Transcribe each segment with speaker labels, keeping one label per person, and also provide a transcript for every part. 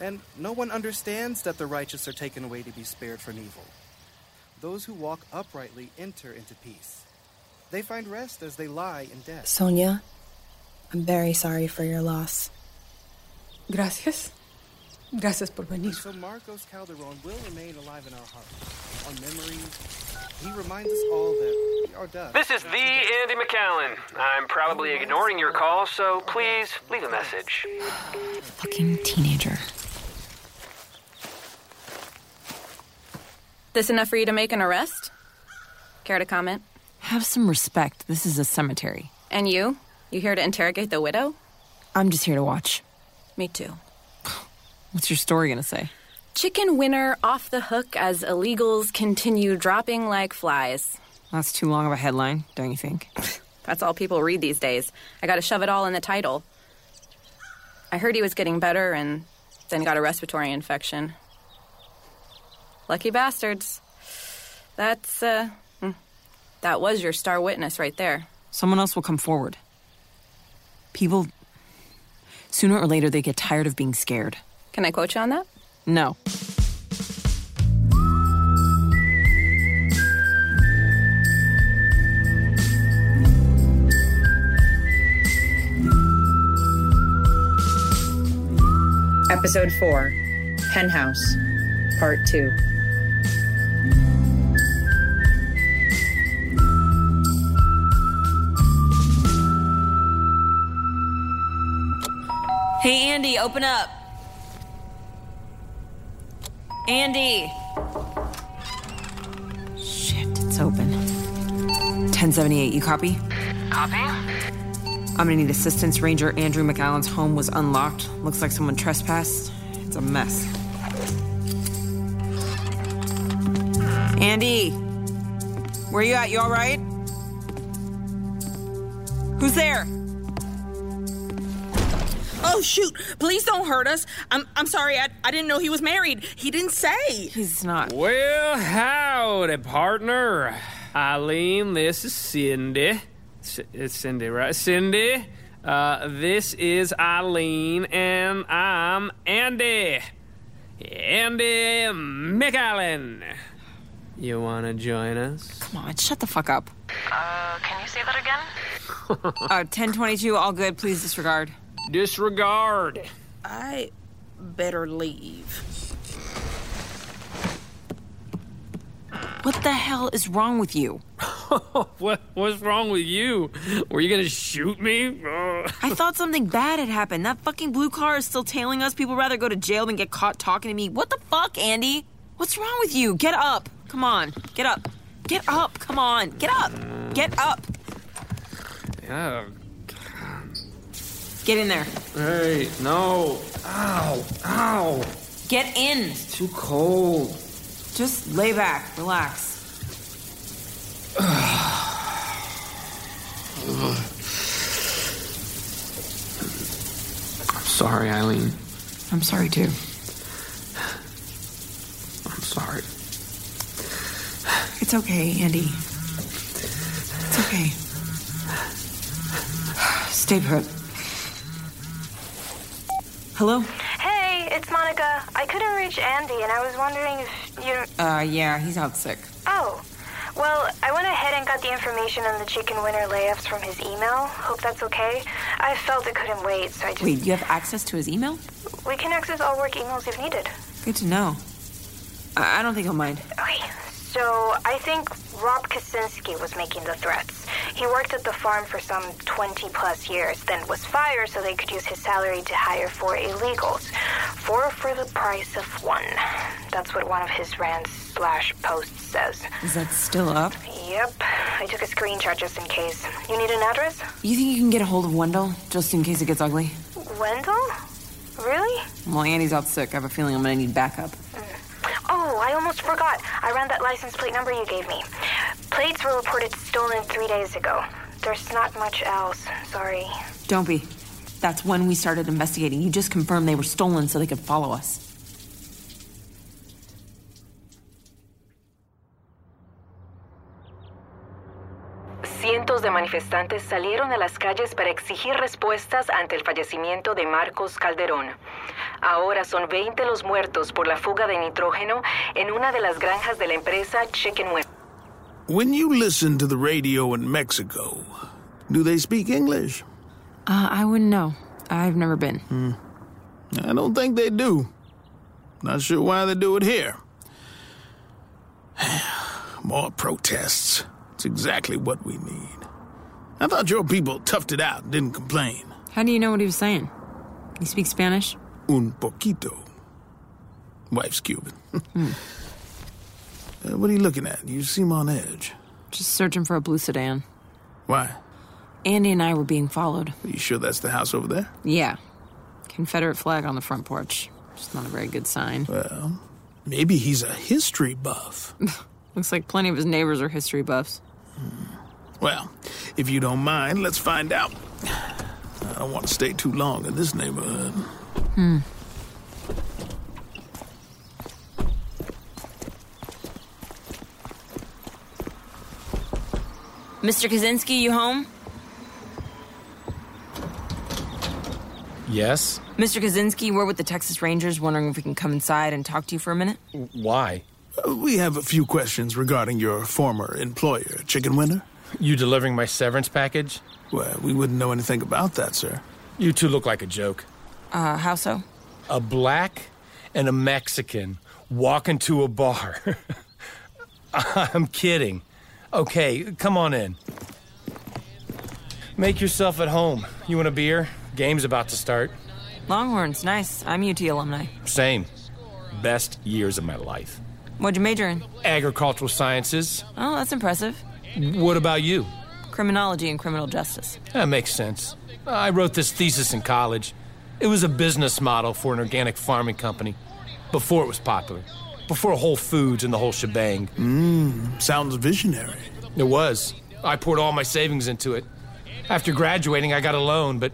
Speaker 1: And no one understands that the righteous are taken away to be spared from evil. Those who walk uprightly enter into peace. They find rest as they lie in death.
Speaker 2: Sonia, I'm very sorry for your loss.
Speaker 3: Gracias. Gracias por venir.
Speaker 1: So Marcos Calderon will remain alive in our hearts, our memories. He reminds us all that we are dust.
Speaker 4: This is the Andy McCallan. I'm probably ignoring your call, so please leave a message.
Speaker 2: Fucking teenager.
Speaker 5: This enough for you to make an arrest? Care to comment?
Speaker 6: Have some respect. This is a cemetery.
Speaker 5: And you? You here to interrogate the widow?
Speaker 6: I'm just here to watch.
Speaker 5: Me too.
Speaker 6: What's your story gonna say?
Speaker 5: Chicken winner off the hook as illegals continue dropping like flies.
Speaker 6: That's too long of a headline, don't you think?
Speaker 5: That's all people read these days. I gotta shove it all in the title. I heard he was getting better and then got a respiratory infection. Lucky bastards. That's, uh, mm, that was your star witness right there.
Speaker 6: Someone else will come forward. People, sooner or later, they get tired of being scared.
Speaker 5: Can I quote you on that?
Speaker 6: No.
Speaker 7: Episode 4 Penthouse, Part 2.
Speaker 8: Hey, Andy, open up. Andy.
Speaker 6: Shit, it's open. 1078, you copy?
Speaker 4: Copy.
Speaker 6: I'm gonna need assistance. Ranger Andrew McAllen's home was unlocked. Looks like someone trespassed. It's a mess. Andy! Where you at? You alright? Who's there?
Speaker 8: Oh shoot! Please don't hurt us. I'm I'm sorry. I, I didn't know he was married. He didn't say.
Speaker 6: He's not.
Speaker 4: Well, howdy, partner. Eileen, this is Cindy. C- it's Cindy, right? Cindy, uh, this is Eileen, and I'm Andy. Andy McAllen. You want to join us?
Speaker 6: Come on, shut the fuck up.
Speaker 9: Uh, can you say that again?
Speaker 6: Uh, 1022, all good. Please disregard.
Speaker 4: Disregard.
Speaker 8: I better leave.
Speaker 6: What the hell is wrong with you?
Speaker 4: What, what's wrong with you? Were you going to shoot me? Uh.
Speaker 6: I thought something bad had happened. That fucking blue car is still tailing us. People rather go to jail than get caught talking to me. What the fuck, Andy? What's wrong with you? Get up. Come on. Get up. Get up. Come on. Get up. Get up. Oh.
Speaker 4: Yeah.
Speaker 6: Get in there.
Speaker 4: Hey, no. Ow, ow.
Speaker 6: Get in.
Speaker 4: Too cold.
Speaker 6: Just lay back. Relax.
Speaker 4: Oh. I'm sorry, Eileen.
Speaker 6: I'm sorry, too.
Speaker 4: I'm sorry.
Speaker 6: It's okay, Andy. It's okay. Stay put. Hello?
Speaker 9: Hey, it's Monica. I couldn't reach Andy, and I was wondering if you.
Speaker 6: Uh, yeah, he's out sick.
Speaker 9: Oh. Well, I went ahead and got the information on the chicken winner layups from his email. Hope that's okay. I felt it couldn't wait, so I just.
Speaker 6: Wait, you have access to his email?
Speaker 9: We can access all work emails if needed.
Speaker 6: Good to know. I, I don't think he'll mind.
Speaker 9: Okay, so I think Rob Kaczynski was making the threats. He worked at the farm for some 20 plus years, then was fired so they could use his salary to hire four illegals. Four for the price of one. That's what one of his rants slash posts says.
Speaker 6: Is that still up?
Speaker 9: Yep, I took a screenshot just in case. You need an address?
Speaker 6: You think you can get a hold of Wendell, just in case it gets ugly?
Speaker 9: Wendell? Really?
Speaker 6: Well, Andy's out sick. I have a feeling I'm gonna need backup.
Speaker 9: Oh, I almost forgot. I ran that license plate number you gave me. Plates were reported stolen three days ago. There's not much else. Sorry.
Speaker 6: Don't be. That's when we started investigating. You just confirmed they were stolen so they could follow us.
Speaker 10: Cientos de manifestantes salieron a las calles para exigir respuestas ante el fallecimiento de Marcos Calderón. Ahora son 20 los muertos por la fuga de nitrógeno en una de las granjas de la empresa Chicken Wing.
Speaker 11: When you listen to the radio in Mexico, do they speak English?
Speaker 6: Uh, I wouldn't know. I've never been.
Speaker 11: Hmm. I don't think they do. Not sure why they do it here. More protests. It's exactly what we need. I thought your people toughed it out and didn't complain.
Speaker 6: How do you know what he was saying? He speaks Spanish?
Speaker 11: Un poquito. Wife's Cuban. Uh, what are you looking at? You seem on edge.
Speaker 6: Just searching for a blue sedan.
Speaker 11: Why?
Speaker 6: Andy and I were being followed.
Speaker 11: Are you sure that's the house over there?
Speaker 6: Yeah. Confederate flag on the front porch. It's not a very good sign.
Speaker 11: Well, maybe he's a history buff.
Speaker 6: Looks like plenty of his neighbors are history buffs.
Speaker 11: Well, if you don't mind, let's find out. I don't want to stay too long in this neighborhood.
Speaker 6: Hmm. Mr. Kaczynski, you home?
Speaker 12: Yes?
Speaker 6: Mr. Kaczynski, we're with the Texas Rangers, wondering if we can come inside and talk to you for a minute.
Speaker 12: Why?
Speaker 11: Uh, We have a few questions regarding your former employer, Chicken Winner.
Speaker 12: You delivering my severance package?
Speaker 11: Well, we wouldn't know anything about that, sir.
Speaker 12: You two look like a joke.
Speaker 6: Uh, how so?
Speaker 12: A black and a Mexican walk into a bar. I'm kidding. Okay, come on in. Make yourself at home. You want a beer? Game's about to start.
Speaker 6: Longhorns, nice. I'm UT alumni.
Speaker 12: Same. Best years of my life.
Speaker 6: What'd you major in?
Speaker 12: Agricultural sciences.
Speaker 6: Oh, that's impressive.
Speaker 12: What about you?
Speaker 6: Criminology and criminal justice.
Speaker 12: That makes sense. I wrote this thesis in college. It was a business model for an organic farming company before it was popular, before Whole Foods and the whole shebang.
Speaker 11: Mmm, sounds visionary.
Speaker 12: It was. I poured all my savings into it. After graduating, I got a loan, but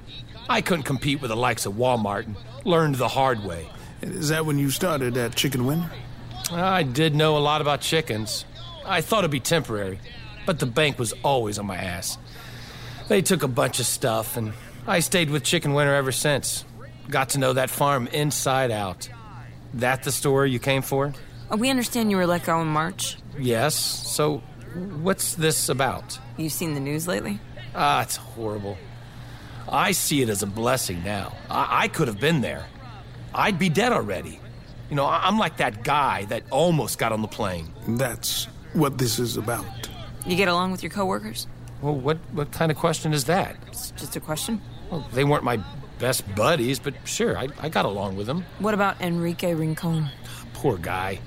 Speaker 12: I couldn't compete with the likes of Walmart and learned the hard way.
Speaker 11: Is that when you started at Chicken Winner?
Speaker 12: I did know a lot about chickens. I thought it'd be temporary, but the bank was always on my ass. They took a bunch of stuff, and I stayed with Chicken Winter ever since. Got to know that farm inside out. That the story you came for?
Speaker 6: Uh, we understand you were let go in March.
Speaker 12: Yes. So, what's this about?
Speaker 6: You've seen the news lately?
Speaker 12: Ah, it's horrible. I see it as a blessing now. I, I could have been there. I'd be dead already. You know, I- I'm like that guy that almost got on the plane.
Speaker 11: That's what this is about.
Speaker 6: You get along with your coworkers?
Speaker 12: Well, what, what kind of question is that?
Speaker 6: It's just a question.
Speaker 12: Well, they weren't my best buddies, but sure, I, I got along with them.
Speaker 6: What about Enrique Rincon?
Speaker 12: Poor guy.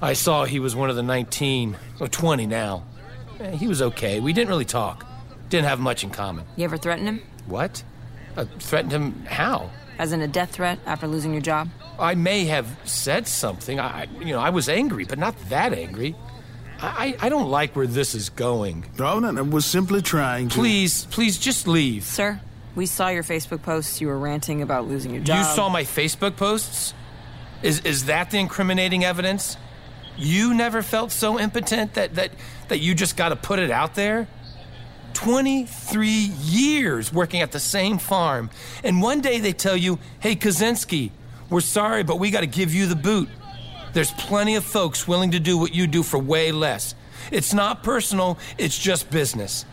Speaker 12: I saw he was one of the 19, or 20 now. Eh, He was okay. We didn't really talk, didn't have much in common.
Speaker 6: You ever threaten him?
Speaker 12: What? Uh, threatened him how?
Speaker 6: As in a death threat after losing your job?
Speaker 12: I may have said something. I, I- you know, I was angry, but not that angry. I, I I don't like where this is going.
Speaker 11: No, no, no. We're simply trying to.
Speaker 12: Please, please, just leave.
Speaker 6: Sir, we saw your Facebook posts. You were ranting about losing your job.
Speaker 12: You saw my Facebook posts? Is is that the incriminating evidence? You never felt so impotent that that that you just got to put it out there? 23 years working at the same farm, and one day they tell you, "Hey Kaczynski, we're sorry, but we got to give you the boot." There's plenty of folks willing to do what you do for way less. It's not personal, it's just business.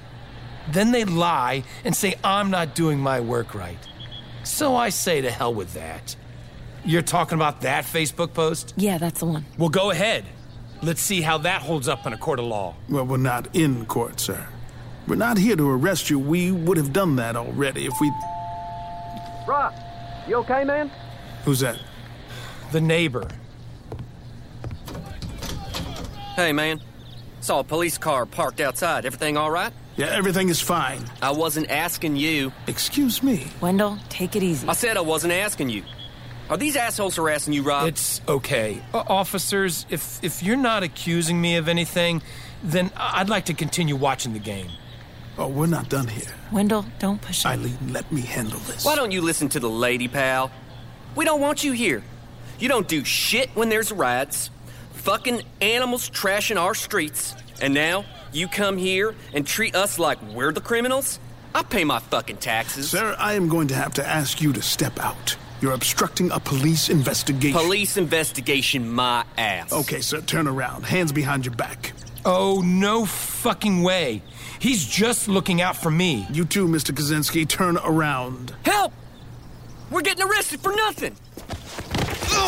Speaker 12: Then they lie and say, I'm not doing my work right. So I say to hell with that. You're talking about that Facebook post?
Speaker 6: Yeah, that's the one.
Speaker 12: Well, go ahead. Let's see how that holds up in a court of law.
Speaker 11: Well, we're not in court, sir. We're not here to arrest you. We would have done that already if we.
Speaker 13: Rock, you okay, man?
Speaker 11: Who's that?
Speaker 12: The neighbor.
Speaker 14: Hey, man. Saw a police car parked outside. Everything all right?
Speaker 11: Yeah, everything is fine.
Speaker 14: I wasn't asking you.
Speaker 11: Excuse me.
Speaker 6: Wendell, take it easy.
Speaker 14: I said I wasn't asking you. Are these assholes harassing you, Rob?
Speaker 12: It's okay. O- officers, if, if you're not accusing me of anything, then I- I'd like to continue watching the game.
Speaker 11: Oh, we're not done here.
Speaker 6: Wendell, don't push
Speaker 11: it. Eileen, let me handle this.
Speaker 14: Why don't you listen to the lady, pal? We don't want you here. You don't do shit when there's riots. Fucking animals trashing our streets. And now you come here and treat us like we're the criminals? I pay my fucking taxes.
Speaker 11: Sir, I am going to have to ask you to step out. You're obstructing a police investigation.
Speaker 14: Police investigation, my ass.
Speaker 11: Okay, sir, turn around. Hands behind your back.
Speaker 12: Oh, no fucking way. He's just looking out for me.
Speaker 11: You too, Mr. Kaczynski. Turn around.
Speaker 14: Help! We're getting arrested for nothing!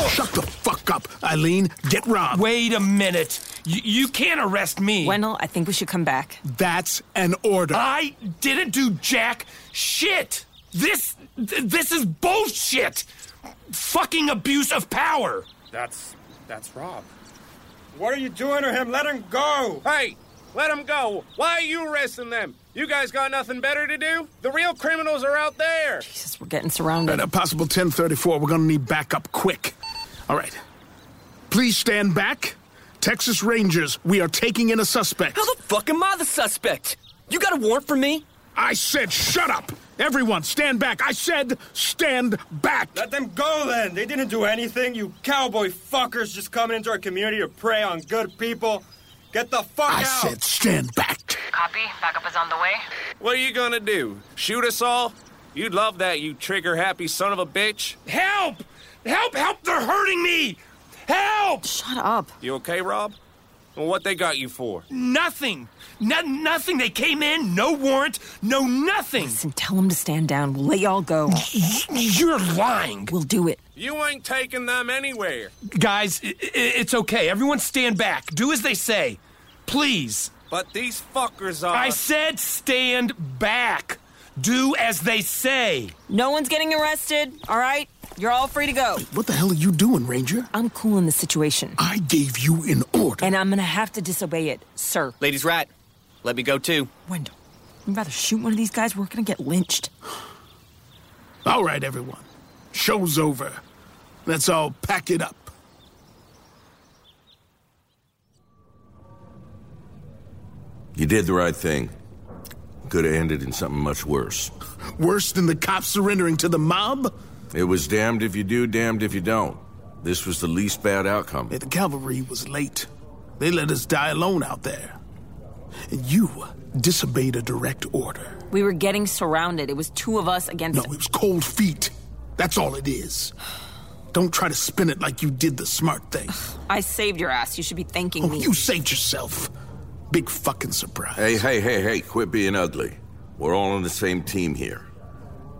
Speaker 11: Shut the fuck up, Eileen. Get robbed.
Speaker 12: Wait a minute. Y- you can't arrest me.
Speaker 6: Wendell, I think we should come back.
Speaker 11: That's an order.
Speaker 12: I didn't do jack shit. This th- this is bullshit. Fucking abuse of power.
Speaker 15: That's that's Rob. What are you doing to him? Let him go.
Speaker 16: Hey, let him go. Why are you arresting them? You guys got nothing better to do? The real criminals are out there.
Speaker 6: Jesus, we're getting surrounded.
Speaker 11: At a possible 1034, we're gonna need backup quick. All right. Please stand back. Texas Rangers, we are taking in a suspect.
Speaker 14: How the fuck am I the suspect? You got a warrant for me?
Speaker 11: I said shut up! Everyone, stand back! I said stand back!
Speaker 15: Let them go then! They didn't do anything, you cowboy fuckers just coming into our community to prey on good people. Get the fuck I
Speaker 11: out! I said stand back!
Speaker 10: Copy. Backup is on the way.
Speaker 16: What are you gonna do? Shoot us all? You'd love that, you trigger happy son of a bitch.
Speaker 12: Help! Help! Help! They're hurting me! Help!
Speaker 6: Shut up.
Speaker 16: You okay, Rob? Well, what they got you for?
Speaker 12: Nothing. No, nothing. They came in, no warrant, no nothing.
Speaker 6: Listen, tell them to stand down. We'll let y'all go.
Speaker 12: You're lying.
Speaker 6: We'll do it.
Speaker 16: You ain't taking them anywhere.
Speaker 12: Guys, it, it, it's okay. Everyone stand back. Do as they say. Please.
Speaker 16: But these fuckers are.
Speaker 12: I said stand back. Do as they say.
Speaker 6: No one's getting arrested, all right? You're all free to go.
Speaker 11: What the hell are you doing, Ranger?
Speaker 6: I'm cooling the situation.
Speaker 11: I gave you an order.
Speaker 6: And I'm gonna have to disobey it, sir.
Speaker 14: Ladies, right. Let me go too.
Speaker 6: Wendell, I'd rather shoot one of these guys. We're gonna get lynched.
Speaker 11: All right, everyone. Show's over. Let's all pack it up.
Speaker 17: You did the right thing. Could have ended in something much worse.
Speaker 11: Worse than the cops surrendering to the mob?
Speaker 17: It was damned if you do, damned if you don't. This was the least bad outcome.
Speaker 11: Yeah, the cavalry was late. They let us die alone out there. And you disobeyed a direct order.
Speaker 6: We were getting surrounded. It was two of us against.
Speaker 11: No, it was cold feet. That's all it is. Don't try to spin it like you did the smart thing.
Speaker 6: I saved your ass. You should be thanking
Speaker 11: oh,
Speaker 6: me.
Speaker 11: You saved yourself. Big fucking surprise.
Speaker 17: Hey, hey, hey, hey, quit being ugly. We're all on the same team here.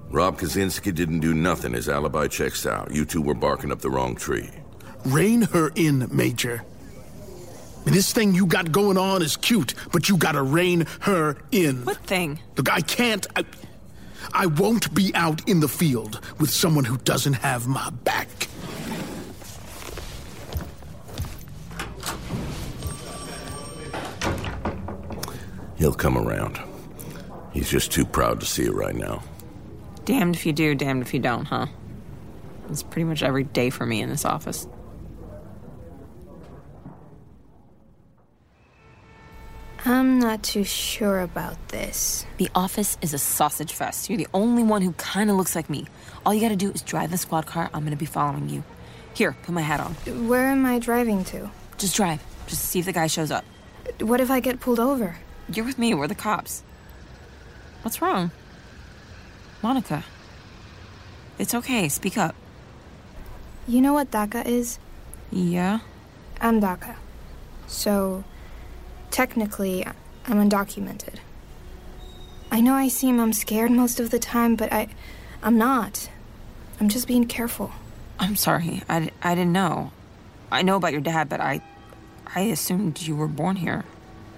Speaker 17: Rob Kaczynski didn't do nothing. His alibi checks out. You two were barking up the wrong tree.
Speaker 11: Rein her in, Major. This thing you got going on is cute, but you gotta rein her in.
Speaker 6: What thing?
Speaker 11: Look, I can't. I, I won't be out in the field with someone who doesn't have my back.
Speaker 17: He'll come around. He's just too proud to see it right now.
Speaker 6: Damned if you do, damned if you don't, huh? It's pretty much every day for me in this office.
Speaker 18: I'm not too sure about this.
Speaker 6: The office is a sausage fest. You're the only one who kind of looks like me. All you gotta do is drive the squad car. I'm gonna be following you. Here, put my hat on.
Speaker 18: Where am I driving to?
Speaker 6: Just drive. Just see if the guy shows up.
Speaker 18: What if I get pulled over?
Speaker 6: You're with me. We're the cops. What's wrong? Monica. It's okay, speak up.
Speaker 18: You know what DACA is?
Speaker 6: Yeah.
Speaker 18: I'm DACA. So, technically, I'm undocumented. I know I seem I'm scared most of the time, but I. I'm not. I'm just being careful.
Speaker 6: I'm sorry. I, I didn't know. I know about your dad, but I. I assumed you were born here.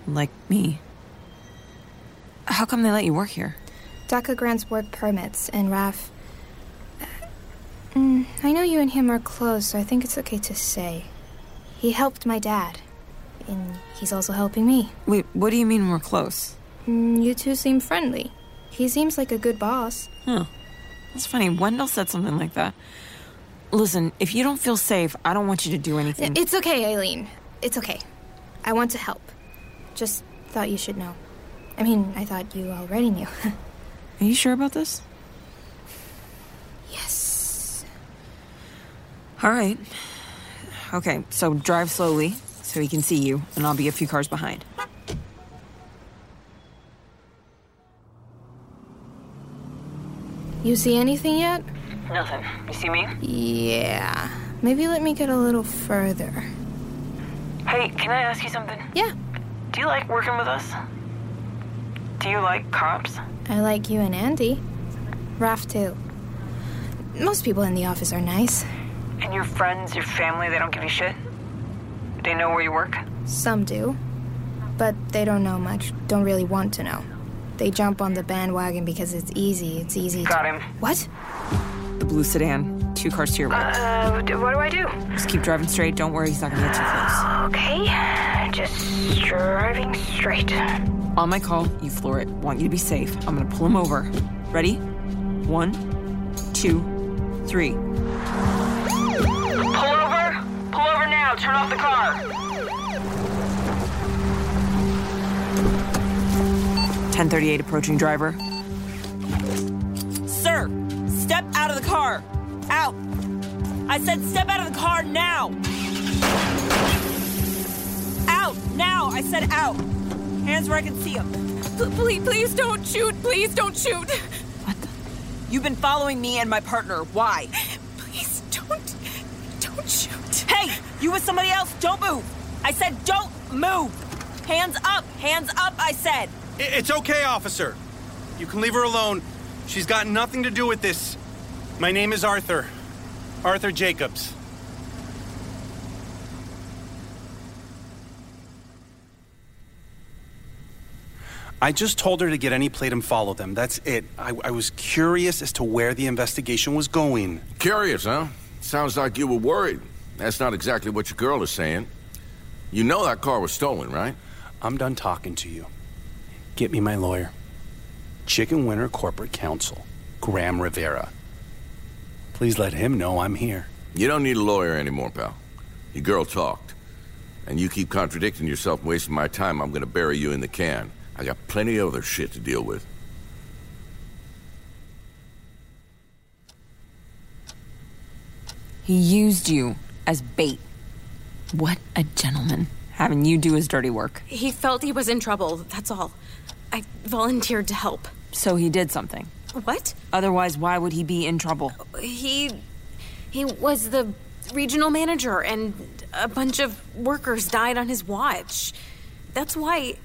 Speaker 6: Like me. How come they let you work here?
Speaker 18: DACA grants work permits, and Raf. Mm, I know you and him are close, so I think it's okay to say. He helped my dad, and he's also helping me.
Speaker 6: Wait, what do you mean we're close?
Speaker 18: Mm, you two seem friendly. He seems like a good boss.
Speaker 6: Huh. That's funny. Wendell said something like that. Listen, if you don't feel safe, I don't want you to do anything.
Speaker 18: It's okay, Eileen. It's okay. I want to help. Just thought you should know. I mean, I thought you already knew.
Speaker 6: Are you sure about this?
Speaker 18: Yes.
Speaker 6: All right. Okay, so drive slowly so he can see you, and I'll be a few cars behind.
Speaker 18: You see anything yet?
Speaker 14: Nothing. You see me?
Speaker 18: Yeah. Maybe let me get a little further.
Speaker 14: Hey, can I ask you something?
Speaker 18: Yeah.
Speaker 14: Do you like working with us? Do you like cops?
Speaker 18: I like you and Andy. Raph, too. Most people in the office are nice.
Speaker 14: And your friends, your family, they don't give you shit? They know where you work?
Speaker 18: Some do. But they don't know much, don't really want to know. They jump on the bandwagon because it's easy. It's easy.
Speaker 14: Got him.
Speaker 18: What?
Speaker 6: The blue sedan. Two cars to your right.
Speaker 14: Uh, d- what do I do?
Speaker 6: Just keep driving straight. Don't worry, he's not gonna get too close.
Speaker 14: Okay. Just driving straight.
Speaker 6: On my call, you floor it. Want you to be safe. I'm gonna pull him over. Ready? One, two, three.
Speaker 14: Pull over! Pull over now! Turn off the car!
Speaker 6: Ten thirty-eight approaching driver. Sir, step out of the car. Out. I said step out of the car now. Out now. I said out. Hands where I can see him.
Speaker 19: Please, please don't shoot. Please don't shoot.
Speaker 6: You've been following me and my partner. Why?
Speaker 19: Please don't. Don't shoot.
Speaker 6: Hey, you with somebody else? Don't move. I said don't move. Hands up. Hands up. I said.
Speaker 20: I- It's okay, officer. You can leave her alone. She's got nothing to do with this. My name is Arthur. Arthur Jacobs. I just told her to get any plate and follow them. That's it. I, I was curious as to where the investigation was going.
Speaker 17: Curious, huh? Sounds like you were worried. That's not exactly what your girl is saying. You know that car was stolen, right?
Speaker 20: I'm done talking to you. Get me my lawyer. Chicken Winter Corporate Counsel, Graham Rivera. Please let him know I'm here.
Speaker 17: You don't need a lawyer anymore, pal. Your girl talked. And you keep contradicting yourself and wasting my time, I'm gonna bury you in the can. I got plenty of other shit to deal with.
Speaker 6: He used you as bait. What a gentleman. Having you do his dirty work.
Speaker 5: He felt he was in trouble, that's all. I volunteered to help.
Speaker 6: So he did something.
Speaker 5: What?
Speaker 6: Otherwise, why would he be in trouble?
Speaker 5: He. He was the regional manager, and a bunch of workers died on his watch. That's why.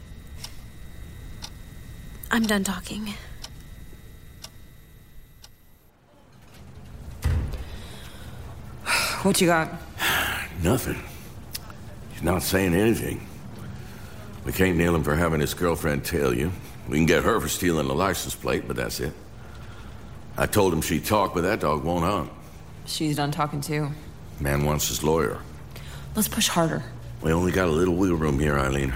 Speaker 5: I'm done talking.
Speaker 6: What you got?
Speaker 17: Nothing. He's not saying anything. We can't nail him for having his girlfriend tail you. We can get her for stealing the license plate, but that's it. I told him she talked, but that dog won't hunt.
Speaker 6: She's done talking too.
Speaker 17: Man wants his lawyer.
Speaker 6: Let's push harder.
Speaker 17: We only got a little wiggle room here, Eileen.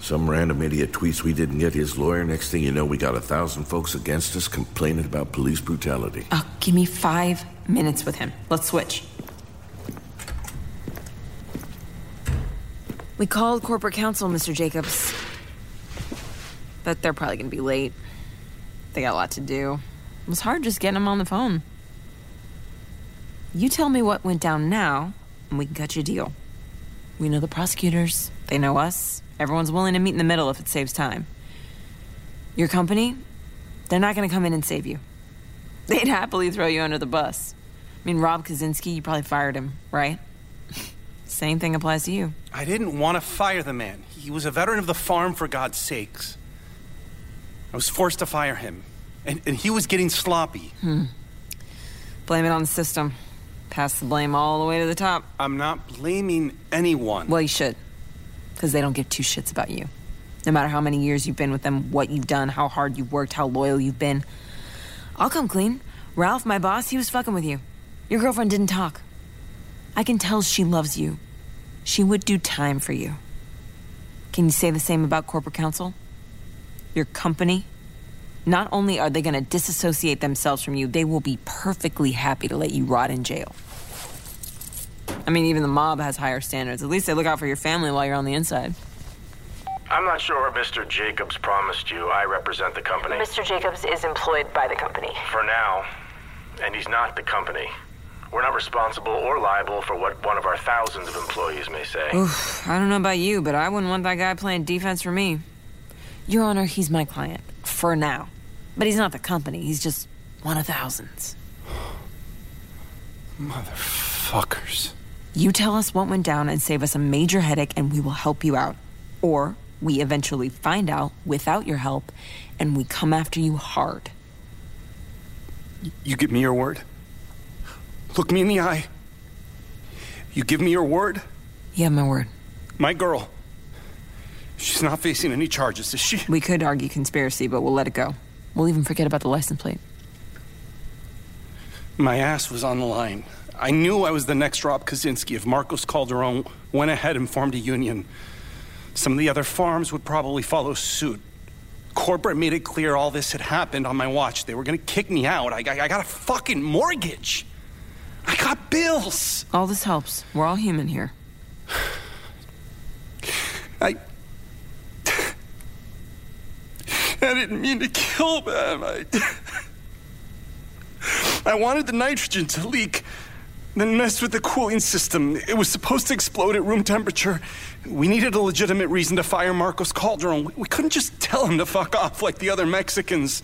Speaker 17: Some random idiot tweets we didn't get his lawyer. Next thing you know, we got a thousand folks against us complaining about police brutality.
Speaker 6: Oh, give me five minutes with him. Let's switch. We called corporate counsel, Mr. Jacobs. But they're probably gonna be late. They got a lot to do. It was hard just getting them on the phone. You tell me what went down now, and we can cut you a deal. We know the prosecutors, they know us. Everyone's willing to meet in the middle if it saves time. Your company, they're not gonna come in and save you. They'd happily throw you under the bus. I mean, Rob Kaczynski, you probably fired him, right? Same thing applies to you.
Speaker 20: I didn't want to fire the man. He was a veteran of the farm, for God's sakes. I was forced to fire him. And, and he was getting sloppy.
Speaker 6: Hmm. Blame it on the system. Pass the blame all the way to the top.
Speaker 20: I'm not blaming anyone.
Speaker 6: Well, you should. Because they don't give two shits about you. No matter how many years you've been with them, what you've done, how hard you've worked, how loyal you've been. I'll come clean. Ralph, my boss, he was fucking with you. Your girlfriend didn't talk. I can tell she loves you. She would do time for you. Can you say the same about corporate counsel? Your company? Not only are they going to disassociate themselves from you, they will be perfectly happy to let you rot in jail. I mean, even the mob has higher standards. At least they look out for your family while you're on the inside.
Speaker 21: I'm not sure what Mr. Jacobs promised you. I represent the company.
Speaker 14: Mr. Jacobs is employed by the company.
Speaker 21: For now. And he's not the company. We're not responsible or liable for what one of our thousands of employees may say.
Speaker 6: Oof, I don't know about you, but I wouldn't want that guy playing defense for me. Your Honor, he's my client. For now. But he's not the company, he's just one of thousands.
Speaker 15: Motherfuckers.
Speaker 6: You tell us what went down and save us a major headache, and we will help you out. Or we eventually find out without your help, and we come after you hard.
Speaker 15: You give me your word? Look me in the eye. You give me your word?
Speaker 6: You have my word.
Speaker 15: My girl. She's not facing any charges, is she?
Speaker 6: We could argue conspiracy, but we'll let it go. We'll even forget about the license plate.
Speaker 15: My ass was on the line. I knew I was the next Rob Kaczynski if Marcos Calderon went ahead and formed a union. Some of the other farms would probably follow suit. Corporate made it clear all this had happened on my watch. They were going to kick me out. I, I, I got a fucking mortgage. I got bills.
Speaker 6: All this helps. We're all human here.
Speaker 15: I. I didn't mean to kill them. I. I wanted the nitrogen to leak, then mess with the cooling system. It was supposed to explode at room temperature. We needed a legitimate reason to fire Marcos Calderon. We- We couldn't just tell him to fuck off like the other Mexicans.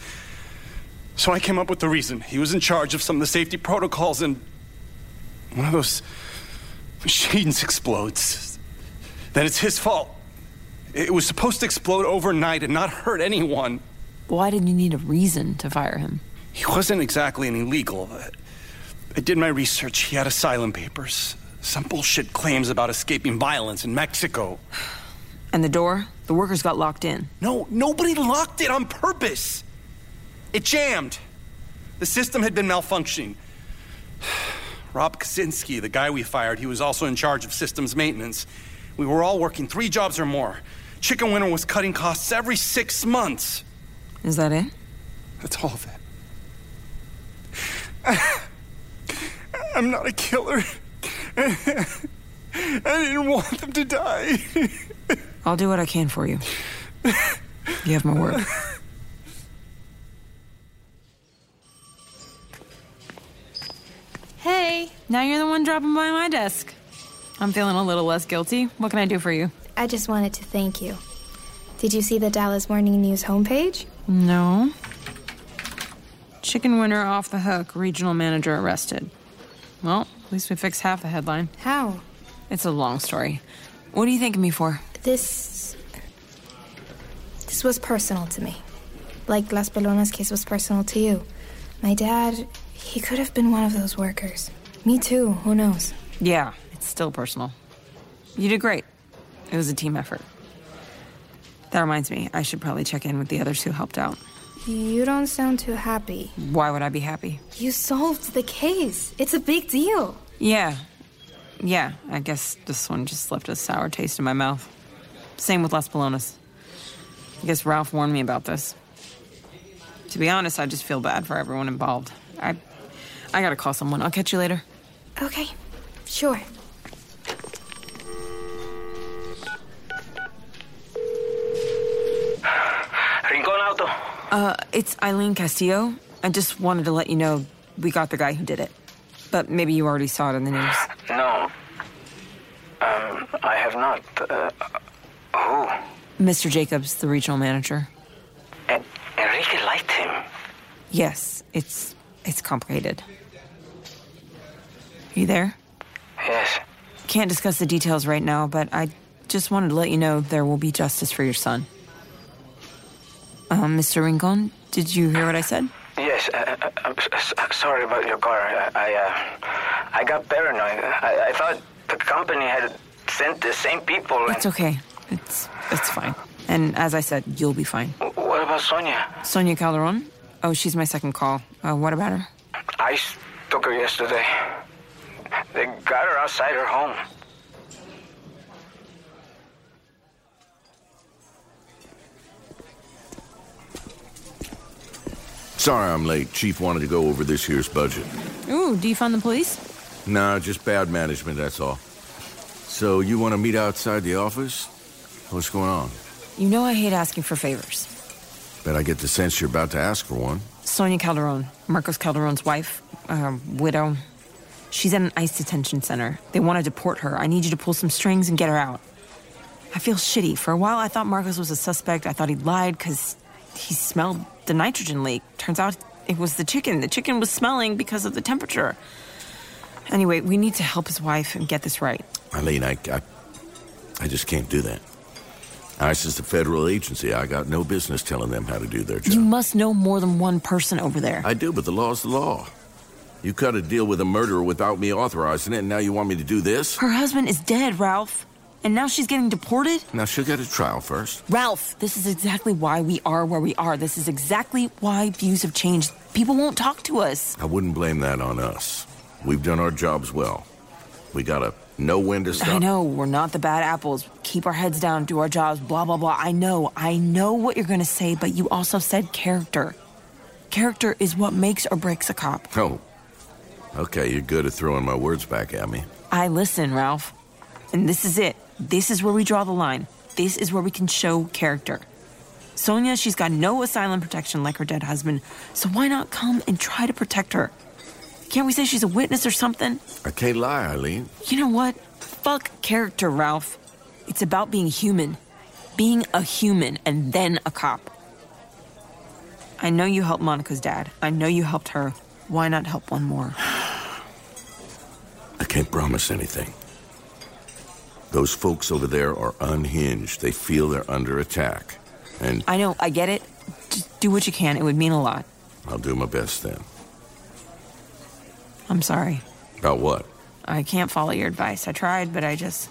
Speaker 15: So I came up with the reason. He was in charge of some of the safety protocols, and one of those machines explodes. Then it's his fault. It was supposed to explode overnight and not hurt anyone.
Speaker 6: Why did you need a reason to fire him?
Speaker 15: He wasn't exactly an illegal. I did my research. He had asylum papers. Some bullshit claims about escaping violence in Mexico.
Speaker 6: And the door? The workers got locked in.
Speaker 15: No, nobody locked it on purpose. It jammed. The system had been malfunctioning. Rob Kaczynski, the guy we fired, he was also in charge of systems maintenance. We were all working three jobs or more. Chicken Winter was cutting costs every six months.
Speaker 6: Is that it?
Speaker 15: That's all of it. I'm not a killer. I didn't want them to die.
Speaker 6: I'll do what I can for you. You have my word. Hey, now you're the one dropping by my desk. I'm feeling a little less guilty. What can I do for you?
Speaker 18: I just wanted to thank you. Did you see the Dallas Morning News homepage?
Speaker 6: No. Chicken winner off the hook, regional manager arrested. Well, at least we fixed half the headline.
Speaker 18: How?
Speaker 6: It's a long story. What are you thanking me for?
Speaker 18: This. This was personal to me. Like Las Pelonas case was personal to you. My dad, he could have been one of those workers. Me too, who knows?
Speaker 6: Yeah, it's still personal. You did great. It was a team effort. That reminds me, I should probably check in with the others who helped out.
Speaker 18: You don't sound too happy.
Speaker 6: Why would I be happy?
Speaker 18: You solved the case. It's a big deal.
Speaker 6: Yeah. Yeah, I guess this one just left a sour taste in my mouth. Same with Las Palonas. I guess Ralph warned me about this. To be honest, I just feel bad for everyone involved. I I gotta call someone. I'll catch you later.
Speaker 18: Okay, sure.
Speaker 4: Rincón Auto.
Speaker 6: Uh, it's Eileen Castillo. I just wanted to let you know we got the guy who did it. But maybe you already saw it in the news.
Speaker 4: No. Um, I have not. Uh,
Speaker 6: Mr. Jacobs, the regional manager.
Speaker 4: Enrique liked him.
Speaker 6: Yes, it's it's complicated. Are you there?
Speaker 4: Yes.
Speaker 6: Can't discuss the details right now, but I just wanted to let you know there will be justice for your son. Um, Mr. Rincon, did you hear what I said?
Speaker 4: Yes, uh, uh, I'm s- s- sorry about your car. I I, uh, I got paranoid. I, I thought the company had sent the same people. And
Speaker 6: It's okay. It's it's fine. And as I said, you'll be fine.
Speaker 4: What about Sonia?
Speaker 6: Sonia Calderon? Oh, she's my second call. Uh, what about her?
Speaker 4: I s- took her yesterday. They got her outside her home.
Speaker 17: Sorry I'm late. Chief wanted to go over this year's budget.
Speaker 6: Ooh, defund the police?
Speaker 17: No, just bad management, that's all. So you want to meet outside the office? What's going on?
Speaker 6: You know I hate asking for favors.
Speaker 17: Bet I get the sense you're about to ask for one.
Speaker 6: Sonia Calderon, Marcos Calderon's wife, uh, widow. She's at an ICE detention center. They want to deport her. I need you to pull some strings and get her out. I feel shitty. For a while, I thought Marcos was a suspect. I thought he lied because he smelled the nitrogen leak. Turns out It was the chicken. The chicken was smelling because of the temperature. Anyway, we need to help his wife and get this right.
Speaker 17: Eileen, I, I, I just can't do that. ICE is a federal agency. I got no business telling them how to do their job.
Speaker 6: You must know more than one person over there.
Speaker 17: I do, but the law's the law. You cut a deal with a murderer without me authorizing it, and now you want me to do this?
Speaker 6: Her husband is dead, Ralph. And now she's getting deported?
Speaker 17: Now she'll get a trial first.
Speaker 6: Ralph, this is exactly why we are where we are. This is exactly why views have changed. People won't talk to us.
Speaker 17: I wouldn't blame that on us. We've done our jobs well. We gotta know when to stop.
Speaker 6: I know, we're not the bad apples. Keep our heads down, do our jobs, blah, blah, blah. I know, I know what you're gonna say, but you also said character. Character is what makes or breaks a cop.
Speaker 17: Oh. Okay, you're good at throwing my words back at me.
Speaker 6: I listen, Ralph. And this is it. This is where we draw the line. This is where we can show character. Sonia, she's got no asylum protection like her dead husband, so why not come and try to protect her? Can't we say she's a witness or something?
Speaker 17: I can't lie, Eileen.
Speaker 6: You know what? Fuck character, Ralph. It's about being human. Being a human and then a cop. I know you helped Monica's dad. I know you helped her. Why not help one more?
Speaker 17: I can't promise anything. Those folks over there are unhinged. They feel they're under attack. And
Speaker 6: I know, I get it. Just do what you can. It would mean a lot.
Speaker 17: I'll do my best then.
Speaker 6: I'm sorry.
Speaker 17: About what?
Speaker 6: I can't follow your advice. I tried, but I just.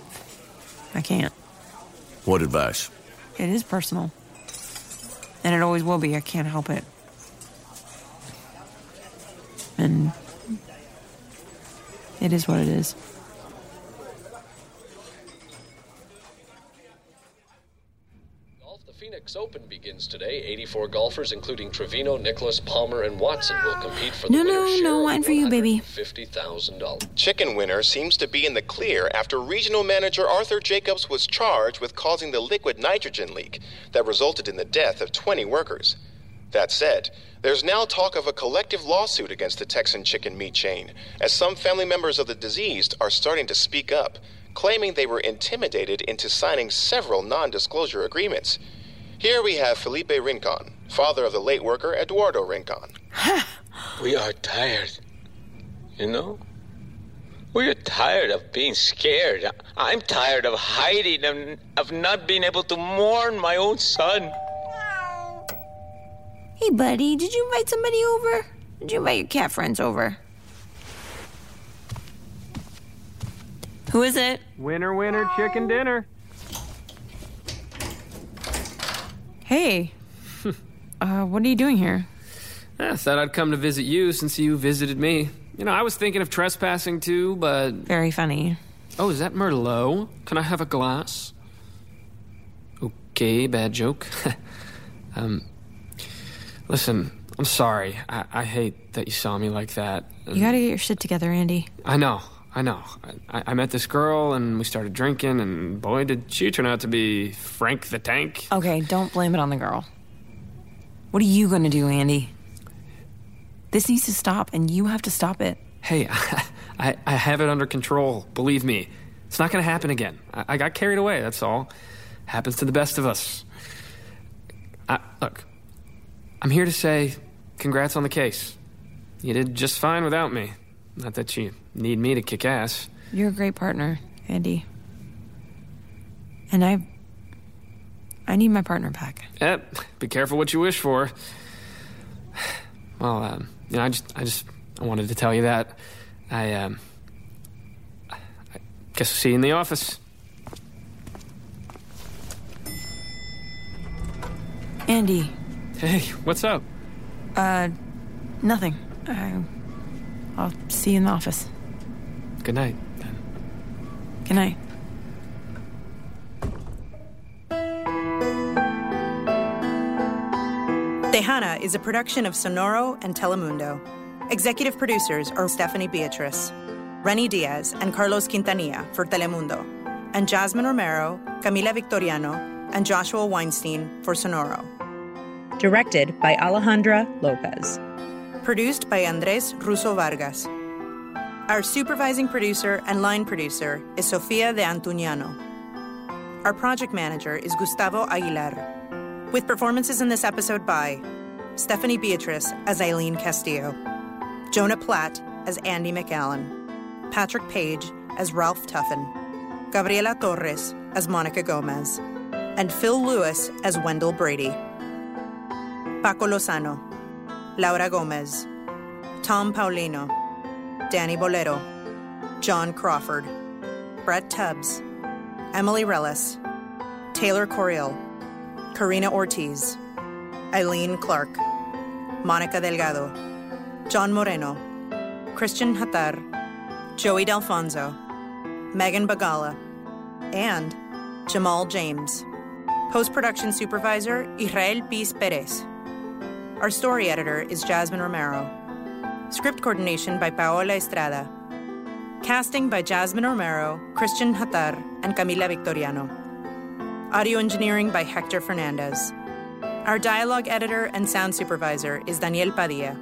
Speaker 6: I can't.
Speaker 17: What advice?
Speaker 6: It is personal. And it always will be. I can't help it. And. It is what it is.
Speaker 22: Phoenix Open begins today. 84 golfers, including Trevino, Nicholas, Palmer, and Watson, will compete for the
Speaker 6: No, no,
Speaker 22: winner's
Speaker 6: no
Speaker 22: share
Speaker 6: wine for you, baby.
Speaker 22: $50,000.
Speaker 23: Chicken Winner seems to be in the clear after regional manager Arthur Jacobs was charged with causing the liquid nitrogen leak that resulted in the death of 20 workers. That said, there's now talk of a collective lawsuit against the Texan chicken meat chain, as some family members of the deceased are starting to speak up, claiming they were intimidated into signing several non disclosure agreements. Here we have Felipe Rincon, father of the late worker Eduardo Rincon.
Speaker 22: We are tired. You know? We are tired of being scared. I'm tired of hiding and of not being able to mourn my own son.
Speaker 6: Hey, buddy, did you invite somebody over? Did you invite your cat friends over? Who is it?
Speaker 13: Winner, winner, chicken dinner.
Speaker 6: Hey. uh, what are you doing here?
Speaker 24: I thought I'd come to visit you since you visited me. You know, I was thinking of trespassing too, but.
Speaker 6: Very funny.
Speaker 24: Oh, is that Merlot? Can I have a glass? Okay, bad joke. um, listen, I'm sorry. I-, I hate that you saw me like that.
Speaker 6: You gotta get your shit together, Andy.
Speaker 24: I know, I know. I, I met this girl and we started drinking, and boy, did she turn out to be Frank the Tank.
Speaker 6: Okay, don't blame it on the girl. What are you gonna do, Andy? This needs to stop, and you have to stop it.
Speaker 24: Hey, I, I have it under control, believe me. It's not gonna happen again. I, I got carried away, that's all. Happens to the best of us. I, look, I'm here to say congrats on the case. You did just fine without me. Not that you need me to kick ass.
Speaker 6: You're a great partner, Andy. And I. I need my partner back.
Speaker 24: Yep, Eh, be careful what you wish for. Well, um, you know, I just, I just, I wanted to tell you that. I, um, I guess I'll see you in the office.
Speaker 6: Andy,
Speaker 24: Hey, what's up?
Speaker 6: uh, nothing. I, I'll see you in the office.
Speaker 24: Good night.
Speaker 6: Good night.
Speaker 25: Tejana is a production of Sonoro and Telemundo. Executive producers are Stephanie Beatrice, Renny Diaz, and Carlos Quintanilla for Telemundo, and Jasmine Romero, Camila Victoriano, and Joshua Weinstein for Sonoro.
Speaker 7: Directed by Alejandra Lopez.
Speaker 25: Produced by Andres Russo Vargas. Our supervising producer and line producer is Sofia de Antuñano. Our project manager is Gustavo Aguilar. With performances in this episode by Stephanie Beatrice as Eileen Castillo, Jonah Platt as Andy McAllen, Patrick Page as Ralph Tuffin, Gabriela Torres as Monica Gomez, and Phil Lewis as Wendell Brady. Paco Lozano, Laura Gomez, Tom Paulino, Danny Bolero, John Crawford, Brett Tubbs, Emily Rellis, Taylor Coriel, Karina Ortiz, Eileen Clark, Monica Delgado, John Moreno, Christian Hatar, Joey D'Alfonso, Megan Bagala, and Jamal James. Post production supervisor Israel Piz Perez. Our story editor is Jasmine Romero. Script coordination by Paola Estrada. Casting by Jasmine Romero, Christian Hatar, and Camila Victoriano. Audio engineering by Hector Fernandez. Our dialogue editor and sound supervisor is Daniel Padilla.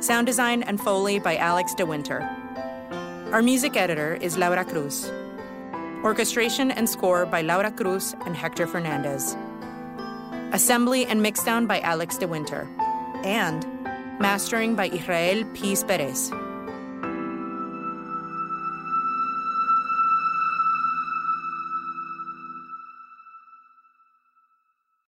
Speaker 25: Sound design and Foley by Alex DeWinter. Our music editor is Laura Cruz. Orchestration and score by Laura Cruz and Hector Fernandez. Assembly and mixdown by Alex DeWinter. And mastering by Israel Piz Perez.